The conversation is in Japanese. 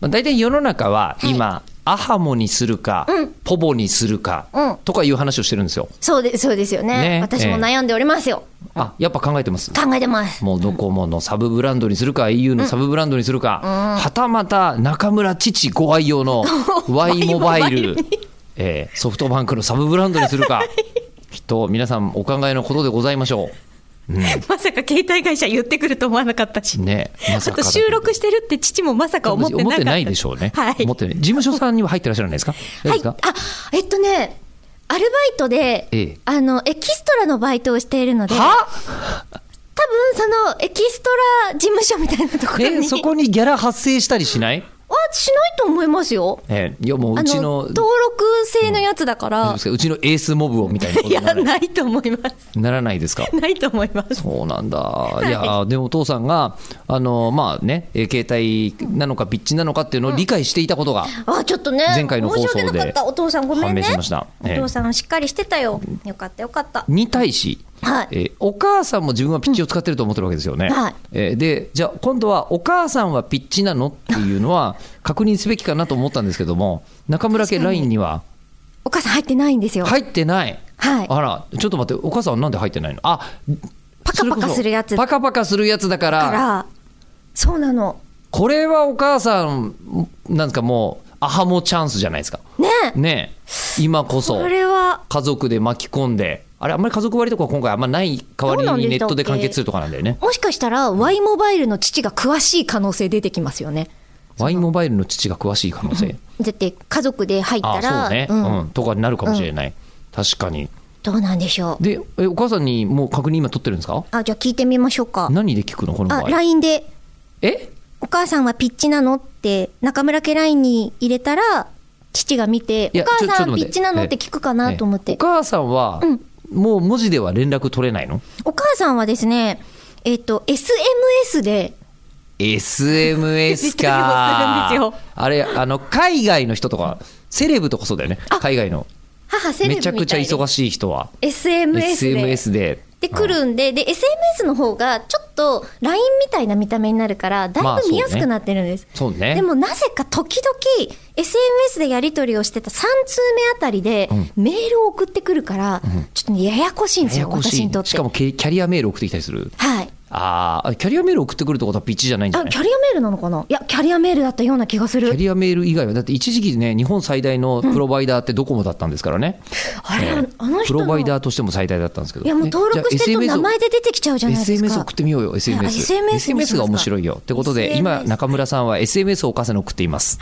まあ、大体世の中は今、アハモにするか、ポボにするか、うんとかいう話をしてるんですよ。そうです、そうですよねね私も悩んでおりますよ。あ、やっぱ考えてます。考えてます。もうドコモのサブブランドにするか、au のサブブランドにするか、はたまた中村父ご愛用 の Y モバイル、えーソフトバンクのサブブランドにするか、きっと皆さんお考えのことでございましょまさか携帯会社言ってくると思わなかったし。う。ね、まあさかとだけど収録してるって父もまさか思ってなかった。思ってないでしょうね。はい。思ってない。事務所さんには入ってらっしゃらないですか。大丈夫はでいす。かあ、えっとね、アルバイトで、ええあの、エキストラのバイトをしているので、多分はその、エキストラ事務所みたいなところえ、に。そこにギャラ発生したりしない。あ、しないと思いますよ。えー、いや、もうあうちの、の。登録制のやつだから、大丈夫ですかうちのエースモブをみたいなこといにや、ならないないと思い ます。ならないですか。ないと思います。そうなんだ。いや、でもお父さんが、あの、まあね、えー携帯なのか、ピッチなのかっていうのを理解していたことが、あ、ちょっとね、前回の放送で申し訳なかった。お父さんごめん判ね。明しましたおええ父さんしっかりしてたよ。よかったよかった。に対し、はいえーお母さんも自分はピッチを使ってると思ってるわけですよね。はいえーで、じゃあ、今度はお母さんはピッチなのっていうのは、確認すべきかなと思ったんですけども、中村家 LINE にはお母さん入ってないんですよ。入ってない。はいあら、ちょっと待って、お母さんはなんで入ってないのあパカパカそれこそするやつパカパカするやつだかだら、から、そうなの。これはお母さん、なんかもう、アハモチャンスじゃないですか。ねえ。ねえ今こそこれは、家族で巻き込んであれあんまり家族割とか今回あんまない代どうなわんりでにネしたっけットで完結するとかなんだよねもしかしたら Y モバイルの父が詳しい可能性出てきますよね。ワインモバイルの父が詳しい可能性だって家族で入ったあそらうね、ううんんとかになるかもしれない、確かにどうなんでしょう。でえお母さんにもう確認今取ってるんですかあじゃあ聞いてみましょうか。何で聞くのこの場あ合 LINE でえ「お母さんはピッチなの?」って中村家 LINE に入れたら父が見て「いおや母ちょちょさっとん待ピってッチなの?」えって聞くかなと思っえおて母さんは、もう文字では連絡取れ ないのお母さんはですねえっ、と SMS で SMS やかり取りをするんですよあれあの海外の人とかセレブとかそうだよね海外の母セレブめみちたゃいでくちゃ忙しい人は SMS で SMS でで来るんで、で SMS の方がちょっと LINE みたいな見た目になるからだまいあぶ見やすくなってるんです、そうねでもなぜか時々 SMS でやり取りをしてた3通目あたりでメールを送ってくるから、ちょっとねややこしいんですやよやこし私にとっいてしかもキャキャリアメール送ってきたりするはいあーあキャリアメール送ってくるってことはピッチじゃないんじゃあないキャリアメールなのかないやキャリアメールだったような気がすキャるリアメール以外はだって一時期ね日本最大のプロバイダーってドコモだったんですからね、あれ、えーあの人プロのバイいダーとしても最大だったんですけどやもう登録してるとじゃあ SMS 名を前で出てきちゃうじゃないですか SMS 送ってみようよ SMS, SMS にします SMS かが面白いよってことで SMS 今中村さんは SMS をお母さんに送っています、